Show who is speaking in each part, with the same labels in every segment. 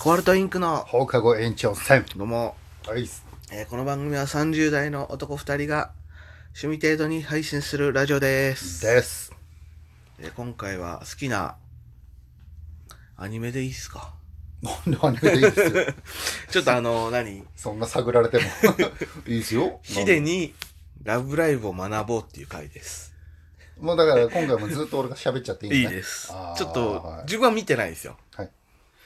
Speaker 1: コバルトインクの
Speaker 2: 放課後延長戦
Speaker 1: どうも、
Speaker 2: はい
Speaker 1: えーこの番組は30代の男2人が趣味程度に配信するラジオです、
Speaker 2: です
Speaker 1: えー今回は好きなアニメでいいっすか
Speaker 2: なんでアニメでいいです よ
Speaker 1: ちょっとあの 何
Speaker 2: そんな探られてもいいですよ
Speaker 1: ヒデにラブライブを学ぼうっていう回です
Speaker 2: もうだから今回もずっと俺が喋っちゃっていい
Speaker 1: い
Speaker 2: ん
Speaker 1: い
Speaker 2: ね
Speaker 1: です
Speaker 2: あー
Speaker 1: ちょっと
Speaker 2: はい
Speaker 1: 自分は見てないですよ
Speaker 2: はい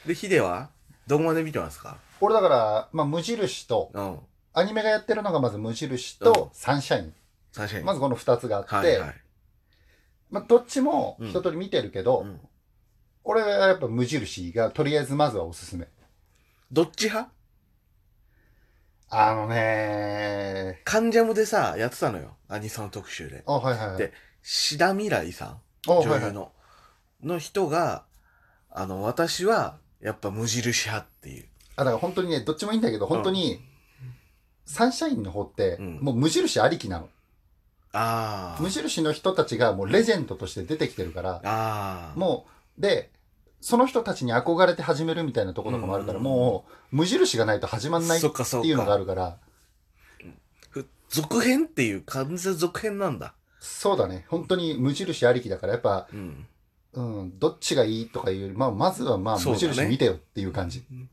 Speaker 1: でヒデはどこまで見てますか
Speaker 2: 俺だから、まあ、無印と
Speaker 1: うん
Speaker 2: アニメがやってるのがまず無印
Speaker 1: うん
Speaker 2: とサンシャイン、
Speaker 1: 確かに
Speaker 2: まずこの2つがあって、
Speaker 1: はいはい
Speaker 2: まあ、どっちも一通り見てるけど、
Speaker 1: うん
Speaker 2: 俺はやっぱ無印がとりあえずまずはおすすめ
Speaker 1: どっち派
Speaker 2: あのね
Speaker 1: 関ジャムでさやってたのよアニソン特集で
Speaker 2: あはいはいはい
Speaker 1: で志田未来さん
Speaker 2: あはい
Speaker 1: 女
Speaker 2: はい
Speaker 1: 優の、の人が、あの、私は、やっぱ無印派っていう。
Speaker 2: あだから本当にねどっちもいいんだけど本当に、サンシャインの方って、
Speaker 1: うん
Speaker 2: もう無印ありきなの
Speaker 1: ああ。
Speaker 2: 無印の人たちがもうレジェンドとして出てきてるから、
Speaker 1: ああ。
Speaker 2: もうでその人たちに憧れて始めるみたいなところとかもあるから、
Speaker 1: うん
Speaker 2: もう無印がないと始まんないっ
Speaker 1: そっかそっか
Speaker 2: ていうのがあるから
Speaker 1: ふ続編っていう完全続編なんだ。
Speaker 2: そうだね本当に無印ありきだからやっぱ、
Speaker 1: うん。
Speaker 2: うん、どっちがいいとかいうより、まあ、まずはまあ
Speaker 1: そう
Speaker 2: 無
Speaker 1: だね
Speaker 2: 印見てよっていう感じ、
Speaker 1: うん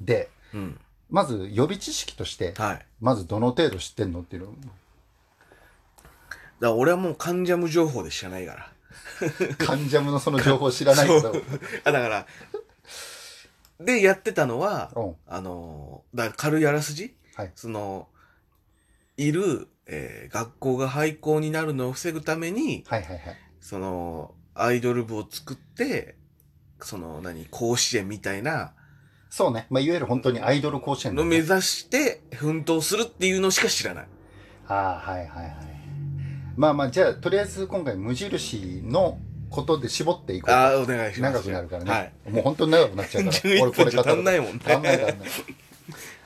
Speaker 2: で
Speaker 1: うん。
Speaker 2: まず予備知識として
Speaker 1: はい。だか
Speaker 2: まずどの程度知ってんのっていうの
Speaker 1: ら俺はもう関ジャム情報で知らないから。
Speaker 2: 関ジャムのその情報知らないけど
Speaker 1: そう。あ、だから、で、やってたのは、
Speaker 2: うん
Speaker 1: あのー、だから軽いあらすじ、
Speaker 2: はい
Speaker 1: その、いる、えー学校が廃校になるのを防ぐために、
Speaker 2: はいはいはい。
Speaker 1: そのアイドル部を作ってその何甲子園みたいな
Speaker 2: そうね。まあ、いわゆる本当にアイドル甲子園だ
Speaker 1: の
Speaker 2: ね
Speaker 1: 目指して奮闘するっていうのしか知らない
Speaker 2: ああ、はいはいはい。まあまあ、じゃあ、とりあえず今回無印のことで絞っていこう。
Speaker 1: ああお願いします
Speaker 2: 長くなるからね。
Speaker 1: はい
Speaker 2: もう本当に長くなっちゃう から。
Speaker 1: 11分じゃ
Speaker 2: 語
Speaker 1: 足
Speaker 2: る
Speaker 1: んないもんね
Speaker 2: 足んない足んない。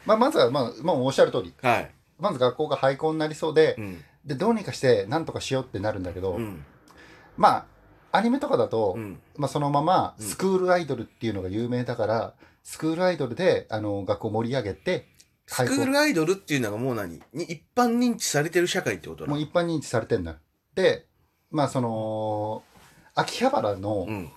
Speaker 2: まあ、まずは、まあ、まあ、おっしゃる通り。
Speaker 1: はい
Speaker 2: まず学校が廃校になりそうで、
Speaker 1: うん
Speaker 2: で、どうにかして何とかしようってなるんだけど、
Speaker 1: うん
Speaker 2: まあ、アニメとかだと、
Speaker 1: うん
Speaker 2: まあ、そのまま
Speaker 1: うん
Speaker 2: スクールアイドルっていうのが有名だから、スクールアイドルであの学校盛り上げて
Speaker 1: ス
Speaker 2: 廃
Speaker 1: ク
Speaker 2: 校
Speaker 1: ールアイドルっていうのがもう何に一般認知されてる社会ってことだ
Speaker 2: もう一般認知されてんだよでまあその秋葉原の,、
Speaker 1: うん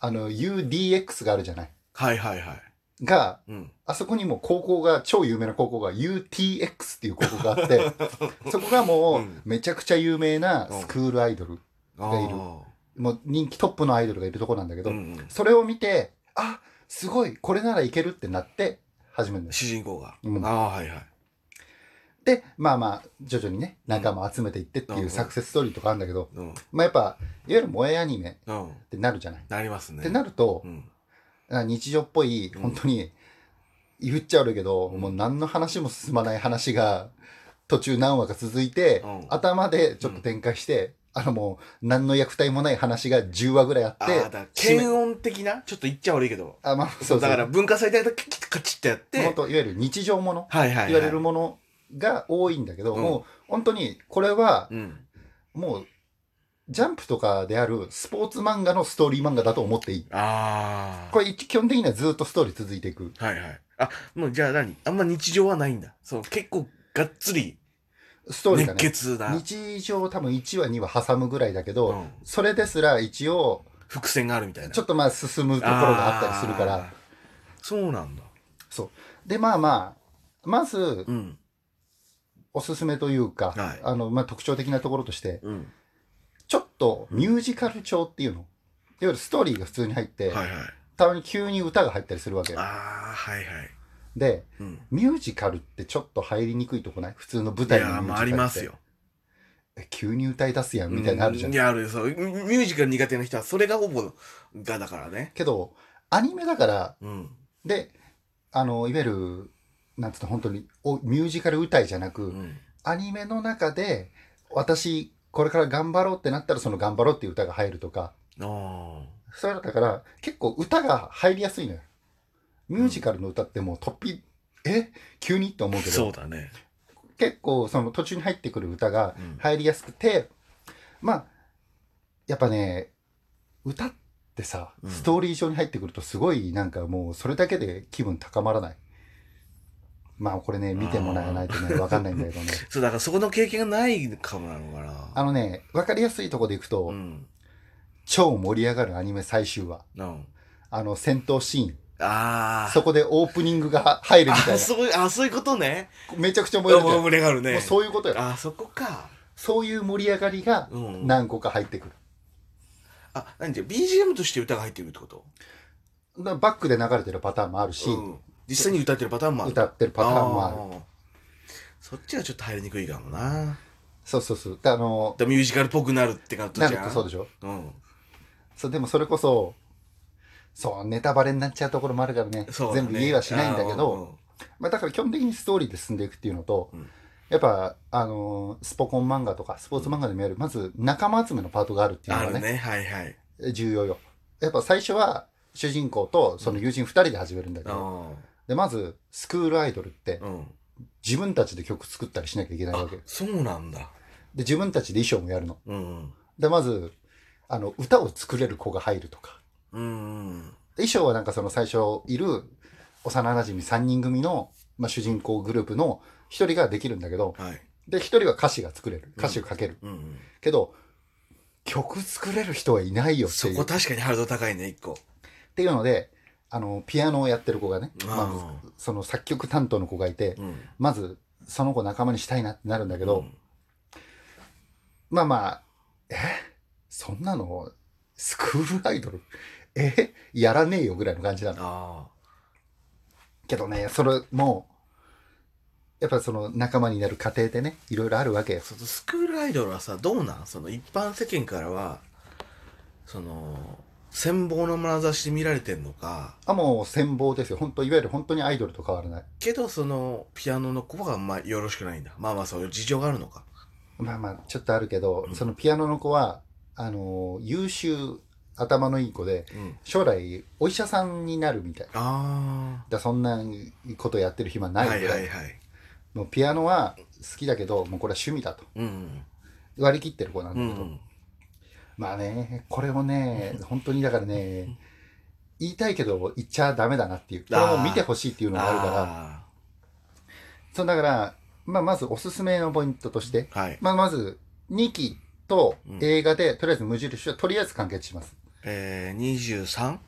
Speaker 2: あの UDX があるじゃない
Speaker 1: はいはいはい
Speaker 2: が
Speaker 1: うん
Speaker 2: あそこにも高校が超有名な高校が UTX っていう高校があって そこが
Speaker 1: う
Speaker 2: もう
Speaker 1: ん
Speaker 2: めちゃくちゃ有名なスクールアイドル、
Speaker 1: あ
Speaker 2: がいる
Speaker 1: ー
Speaker 2: もう人気トップのアイドルがいるとこなんだけど、
Speaker 1: うんうん
Speaker 2: それを見てあすごいこれならいけるってなって始めるんだよ
Speaker 1: 主人公が
Speaker 2: うん
Speaker 1: ああはいはい
Speaker 2: でまあまあ徐々にね仲間を集めていってっていうサクセスストーリーとかあるんだけど、
Speaker 1: うん
Speaker 2: まあやっぱいわゆる萌えアニメっ
Speaker 1: うん
Speaker 2: てなるじゃない。
Speaker 1: なりますね
Speaker 2: ってなると
Speaker 1: う、ん
Speaker 2: あ日常っぽい
Speaker 1: うん
Speaker 2: 本当に言っちゃ悪いけど、
Speaker 1: うん
Speaker 2: もう何の話も進まない話が途中何話か続いて、
Speaker 1: うん
Speaker 2: 頭でちょっと展開して、あのもう何の役体もない話が10話ぐらいあ
Speaker 1: あ
Speaker 2: っ
Speaker 1: あ
Speaker 2: て
Speaker 1: だから検温的なちょっと言っちゃ悪いけど
Speaker 2: あまあ
Speaker 1: そ
Speaker 2: そうう
Speaker 1: だか
Speaker 2: だからら
Speaker 1: 文化祭でカチッカチッってやって、
Speaker 2: 本当いわゆる日常もの、
Speaker 1: はいはい、はい、
Speaker 2: 言われるものが多いんだけど、
Speaker 1: うん
Speaker 2: もう本当にこれは
Speaker 1: うん、
Speaker 2: もうジャンプとかであるスポーツ漫画のストーリー漫画だと思っていい。
Speaker 1: ああ
Speaker 2: これ基本的にはずっとストーリー続いていく。
Speaker 1: はいはいあもうじゃあ何あんま日常はないんだそう結構がっつり
Speaker 2: ストーリーが
Speaker 1: 熱
Speaker 2: ね、
Speaker 1: 血な、
Speaker 2: 日常多分1話2話挟むぐらいだけど、
Speaker 1: うん、
Speaker 2: それですら一応
Speaker 1: 伏線があるみたいな
Speaker 2: ちょ
Speaker 1: っ
Speaker 2: っとまあ進むところがあったりするから
Speaker 1: そうなんだ
Speaker 2: でまあまあまず
Speaker 1: うん
Speaker 2: おすすめというか、
Speaker 1: はい
Speaker 2: あのまあ、特徴的なところとして
Speaker 1: うん
Speaker 2: ちょっとミュージカル調っていうの、いわゆるストーリーが普通に入って、
Speaker 1: はいはい
Speaker 2: たまに急に歌が入ったりするわけよ
Speaker 1: ああはいはい
Speaker 2: で
Speaker 1: うん
Speaker 2: ミュージカルってちょっと入りにくいとこない普通の舞
Speaker 1: いや
Speaker 2: 台の
Speaker 1: ー
Speaker 2: ミュージカル
Speaker 1: まあ
Speaker 2: って
Speaker 1: ありますよ
Speaker 2: え急に歌い出すやんみたいなのあるじゃん、
Speaker 1: うんいやあるそうミュミュージカル苦手な人はそれがほぼがだからね
Speaker 2: けどアニメだから
Speaker 1: うん
Speaker 2: であのいわゆるなんつうの本当におミュージカル歌いじゃなく、
Speaker 1: うん
Speaker 2: アニメの中で私これから頑張ろうってなったらその「頑張ろう」っていう歌が入るとか
Speaker 1: ああ
Speaker 2: それだったから結構歌が入りやすいのよミュージカルの歌ってもう突飛、え急にって思うけ
Speaker 1: そう
Speaker 2: ど
Speaker 1: だね
Speaker 2: 結構その途中に入ってくる歌が
Speaker 1: うん
Speaker 2: 入りやすくて、まあやっぱね歌っってさ、
Speaker 1: うん
Speaker 2: ストーリー上に入ってくるとすごいなんかもうそれだけで気分高まらない。まあこれね、見てもらわな いとね、わかんないんだけどね。
Speaker 1: そう、だからそこの経験がないかもなのかな。
Speaker 2: あのね、わかりやすいとこでいくと、
Speaker 1: うん。
Speaker 2: 超盛り上がるアニメ最終話。
Speaker 1: うん。
Speaker 2: あの戦闘シーン。
Speaker 1: ああ。
Speaker 2: そこでオープニン グが入るみたい
Speaker 1: あ、
Speaker 2: な。
Speaker 1: そういう、あ、そういうことね。
Speaker 2: めちゃくちゃ
Speaker 1: あ
Speaker 2: 燃 えるじゃん
Speaker 1: もう胸があるね。
Speaker 2: もうそういうことよ。
Speaker 1: あ、そこか。
Speaker 2: そういう盛り上がりが
Speaker 1: うん。
Speaker 2: 何個か入ってくる。
Speaker 1: あ、なんじゃ、BGM として歌が入ってくるってこと
Speaker 2: だバックで流れてるパターンもあるし、
Speaker 1: うん。実際に歌ってるパターンもある。
Speaker 2: 歌ってるパターンもある。
Speaker 1: る。そっちはちょっと入りにくいかもな。
Speaker 2: そうそうそう。であの、
Speaker 1: だミュージカルっぽくなるってなった
Speaker 2: な
Speaker 1: じ
Speaker 2: る
Speaker 1: ゃ
Speaker 2: と
Speaker 1: ん。
Speaker 2: そうでしょ
Speaker 1: うん。
Speaker 2: そう、でもそれこそ、そう、ネタバレになっちゃうところもあるからね。
Speaker 1: そうだね
Speaker 2: 全部言えはしないんだけど、
Speaker 1: あーうん
Speaker 2: まあだから基本的にストーリーで進んでいくっていうのと、
Speaker 1: うん
Speaker 2: やっぱ、あのースポコン漫画とかスポーツ漫画でもやる、まず仲間集めのパートがあるっていう
Speaker 1: あ
Speaker 2: のが
Speaker 1: る
Speaker 2: ね、
Speaker 1: ね。はいはい。
Speaker 2: 重要よ。やっぱ最初は主人公とその友人2人で始めるんだけ
Speaker 1: う
Speaker 2: ど、
Speaker 1: ん。
Speaker 2: で、まず、スクールアイドルって、
Speaker 1: うん。
Speaker 2: 自分たちで曲作ったりしなきゃいけない
Speaker 1: あ
Speaker 2: わけ。で、、
Speaker 1: そうなんだ。
Speaker 2: 自分たちで衣装もやるの。
Speaker 1: うん。
Speaker 2: で、まず、あの、歌を作れる子が入るとか。
Speaker 1: うん。
Speaker 2: で衣装はなんかその最初いる幼馴染3人組の、まあ、主人公グループの1人ができるんだけど、
Speaker 1: はい。
Speaker 2: で、1人は歌詞が作れる。歌詞を書ける。
Speaker 1: うん。
Speaker 2: けど、曲作れる人はいないよって
Speaker 1: そ
Speaker 2: いう。
Speaker 1: こ
Speaker 2: っ
Speaker 1: 確かにハードル高いね、一個。
Speaker 2: ていうので、あの、ピアノをやってる子がね、
Speaker 1: うん
Speaker 2: まあ、その作曲担当の子がいて、
Speaker 1: うん。
Speaker 2: まず、その子仲間にしたいなってなるんだけ
Speaker 1: け
Speaker 2: ど、まあまあ、えそんなの、スクールアイドルえやらねえよぐらいの感じなの。
Speaker 1: あ
Speaker 2: けどね、それも、やっぱその仲間になる過程でね、いろいろあるわけよ
Speaker 1: あ。そのスクールアイドルはさどうなんその一般世間からはその羨望の眼差しで見られてんのか
Speaker 2: あ、もう戦望ですよ。本当いわゆる本当にアイドルと変わらない。
Speaker 1: けどそのピアノの子があんまよろしくないんだまあまあそういう事情があるのか
Speaker 2: まあまあ、ちょっとあるけど
Speaker 1: う、ん
Speaker 2: そのピアノの子は、あの、優秀、頭のいい子で、
Speaker 1: うん
Speaker 2: 将来お医者さんになるみたい。
Speaker 1: あ
Speaker 2: だそんなことやってる暇
Speaker 1: あ
Speaker 2: な
Speaker 1: はいい
Speaker 2: ぐ
Speaker 1: は
Speaker 2: ら
Speaker 1: い
Speaker 2: い。
Speaker 1: はい
Speaker 2: もうピアノは好きだけど、もうこれは趣味だと。
Speaker 1: うん
Speaker 2: 割り切ってる子なん
Speaker 1: う
Speaker 2: だ
Speaker 1: ん
Speaker 2: けど、まあねこれをね本当にだからね言いたいけど言っちゃダメだなっていうこれも見てほしいっていうのがあるから
Speaker 1: あ
Speaker 2: そうだから、まあ、まずおすすめのポイントとして、
Speaker 1: ーはい
Speaker 2: まあ、まず2期と
Speaker 1: うん
Speaker 2: 映画で、とりあえず無印はとりあえず完結します
Speaker 1: えー、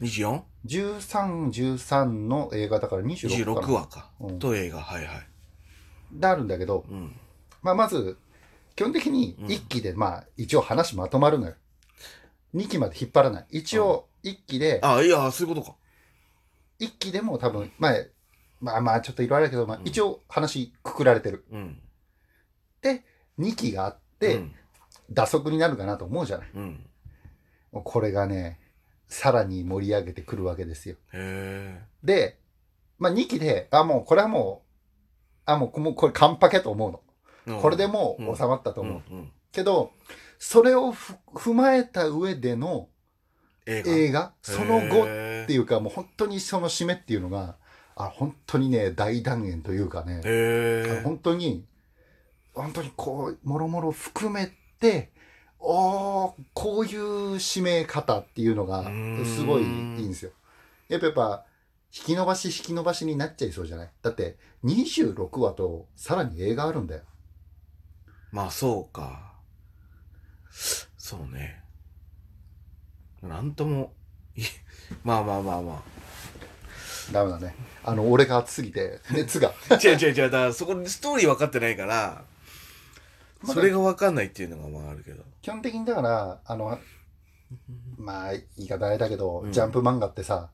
Speaker 1: 232426
Speaker 2: 1313の映画だから26かな
Speaker 1: 話か、
Speaker 2: うん
Speaker 1: と映画はいはい
Speaker 2: であるんだけど、
Speaker 1: うん
Speaker 2: まあ、まず基本的に1期で、まあ一応話まとまるのよ2期まで引っ張らない一応1期で、
Speaker 1: あいやそういうことか
Speaker 2: 一期でも多分、まあ、まあまあちょっといろいろあるけど、まあ
Speaker 1: うん
Speaker 2: 一応話くくられてる。
Speaker 1: うん
Speaker 2: 2期があって、
Speaker 1: うん
Speaker 2: 打足になるかなと思うじゃない。
Speaker 1: うん
Speaker 2: これがね、さらに盛り上げてくるわけですよ。
Speaker 1: へえ
Speaker 2: で、まあ2期で、あ、もうこれはもう、あ、もうこもうこれ完パケと思うの。これでもう収まったと思う。
Speaker 1: うんうん
Speaker 2: けど、それをふ踏まえた上での
Speaker 1: 映画
Speaker 2: 映画、その後っ
Speaker 1: へ
Speaker 2: ていうか、もう本当にその締めっていうのが、あ、本当にね、大断言というかね、あの
Speaker 1: え
Speaker 2: 本当に、本当にこう、もろもろ含めて、おーこういう締め方っていうの
Speaker 1: う
Speaker 2: が
Speaker 1: ーん、
Speaker 2: すごいいいんですよ。やっぱやっぱ、引き伸ばし引き伸ばしになっちゃいそうじゃないだって、26話と、さらに映画あるんだよ。
Speaker 1: まあそうかそうねなんともい まあまあまあま
Speaker 2: ダメだね。あの、俺が熱すぎて、熱が。
Speaker 1: あ違う違う違うだからそこストーリー分かってないから
Speaker 2: まあ
Speaker 1: それが分かんないっていうのがまああるけど
Speaker 2: 基本的にだから、あの、まあ、言い方あれだけど、
Speaker 1: うん
Speaker 2: ジャンプ漫画ってさ、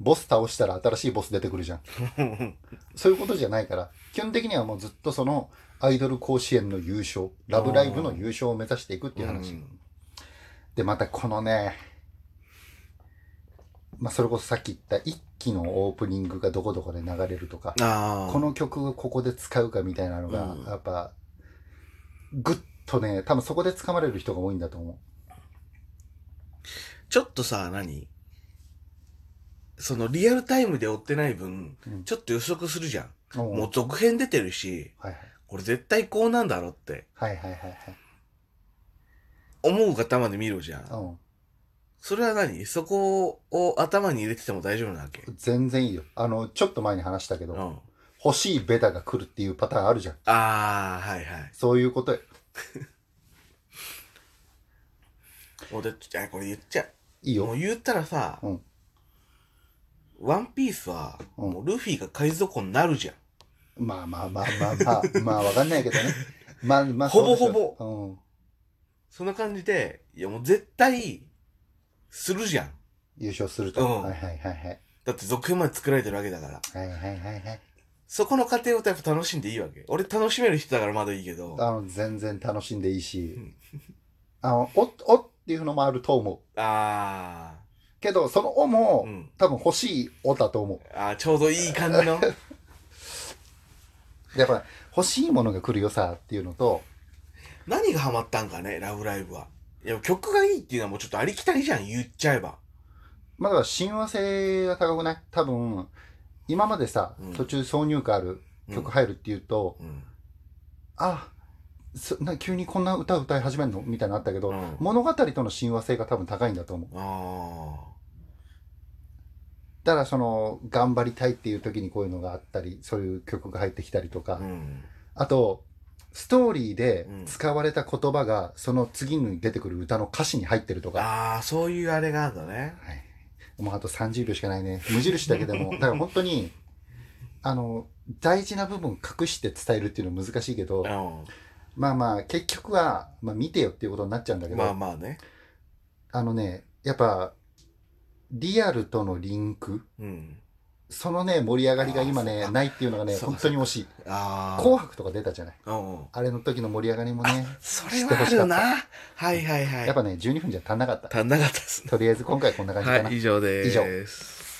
Speaker 2: ボス倒したら新しいボス出てくる じゃん。そういうことじゃないから、基本的にはもうずっとそのアイドル甲子園の優勝、ラブライブの優勝を目指していくっていう話。
Speaker 1: うん
Speaker 2: で、またこのね、まあ、それこそさっき言った一期のオープニングがどこどこで流れるとか、
Speaker 1: ああ
Speaker 2: この曲をここで使うかみたいなのが
Speaker 1: う、ん
Speaker 2: やっぱ、ぐっとね、多分そこで掴まれる人が多いんだと思
Speaker 1: ちょっとさ何そのリアルタイムで追ってない分、
Speaker 2: うん
Speaker 1: ちょっと予測するじゃん
Speaker 2: う。もう
Speaker 1: もう続編出てるし
Speaker 2: はいはい
Speaker 1: これ絶対こうなんだろうって
Speaker 2: はいはいはいはい。
Speaker 1: 思う方まで見るじゃん
Speaker 2: うん
Speaker 1: それは何そこを頭に入れてても大丈夫なわけ
Speaker 2: 全然いいよ。あの、ちょっと前に話したけ
Speaker 1: う
Speaker 2: ど、
Speaker 1: ん。
Speaker 2: 欲しいベタが来るっていうパターンあるじゃん。
Speaker 1: ああ、はいはい。
Speaker 2: そういうことよ。
Speaker 1: 俺、じゃあこれ言っちゃ。
Speaker 2: いいう
Speaker 1: も
Speaker 2: よ
Speaker 1: う。言ったらさ、
Speaker 2: うん
Speaker 1: ワンピースは、
Speaker 2: うん
Speaker 1: もうルフィが海賊王になるじゃん。
Speaker 2: まあまあまあまあまあ、 まあわかんないけどね。まあまあ、
Speaker 1: ほぼ
Speaker 2: そうですよ
Speaker 1: ほ
Speaker 2: うん。
Speaker 1: そんな感じで、いやもう絶対、するじゃん。
Speaker 2: 優勝する
Speaker 1: う
Speaker 2: と。
Speaker 1: ん
Speaker 2: はいはいはいはい。
Speaker 1: だって続編まで作られてるわけだから。
Speaker 2: はいはいはいはい。
Speaker 1: そこの過程をやっぱ楽しんでいいわけ。俺楽しめる人だからまだいいけど。
Speaker 2: あの、全然楽しんでいいし
Speaker 1: うん、
Speaker 2: あの、おっ、おっていうのもあると思
Speaker 1: あ
Speaker 2: う。けど、そのお
Speaker 1: あ、う
Speaker 2: も、
Speaker 1: ん。
Speaker 2: 多分欲しいおだと思
Speaker 1: ああ、ちょうどいい感じ の。
Speaker 2: う。やっぱ、欲しいものが来る良さっていうのと、
Speaker 1: 何がハマったんかね、ラブライブは。いや、曲がいいっていうのはもうちょっとありきたりじゃん、言っちゃえば。
Speaker 2: まあだから親和性が高くない多分、今までさ
Speaker 1: うん、
Speaker 2: 途中挿入歌ある曲入るっていうと、
Speaker 1: うん。
Speaker 2: あ、そな急にこんな歌歌い始めるのみたいなのあったけど、
Speaker 1: うん
Speaker 2: 物語との親和性が多分高いんだと思う。
Speaker 1: あ
Speaker 2: だからその、頑張りたいっていう時にこういうのがあったり、そういう曲が入ってきたりとか、
Speaker 1: あ。うん。
Speaker 2: あと、ストーリーで
Speaker 1: うん
Speaker 2: 使われた言葉が、その次に出てくる歌の歌詞に入ってるとか、
Speaker 1: ああ、そういうあれがあるのね。
Speaker 2: はい、もうあと30秒しかないね。無印だけで も、だから本当に、あの、大事な部分隠して伝えるっていうのは難しいけど
Speaker 1: う、ん。
Speaker 2: まあまあ、結局は、まあ見てよっていうことになっちゃうんだけど、
Speaker 1: まあまあね。
Speaker 2: あのね、やっぱ、リアルとのリンク、
Speaker 1: うん。
Speaker 2: そのね、盛り上がりが今
Speaker 1: あーそ
Speaker 2: ね
Speaker 1: う、か
Speaker 2: ないっていうのがね、
Speaker 1: そう
Speaker 2: 本
Speaker 1: か
Speaker 2: 当に惜しい。
Speaker 1: ああ。
Speaker 2: 紅白とか出たじゃない。
Speaker 1: うんうん。
Speaker 2: あれの時の盛り上がりもね、
Speaker 1: それはあるな。はいはいはい。
Speaker 2: やっぱね、12分じゃ足んなかった。
Speaker 1: 足んなかったっすね。
Speaker 2: とりあえず今回こんな感じかな。
Speaker 1: はい、以上でーす。
Speaker 2: 以上
Speaker 1: す。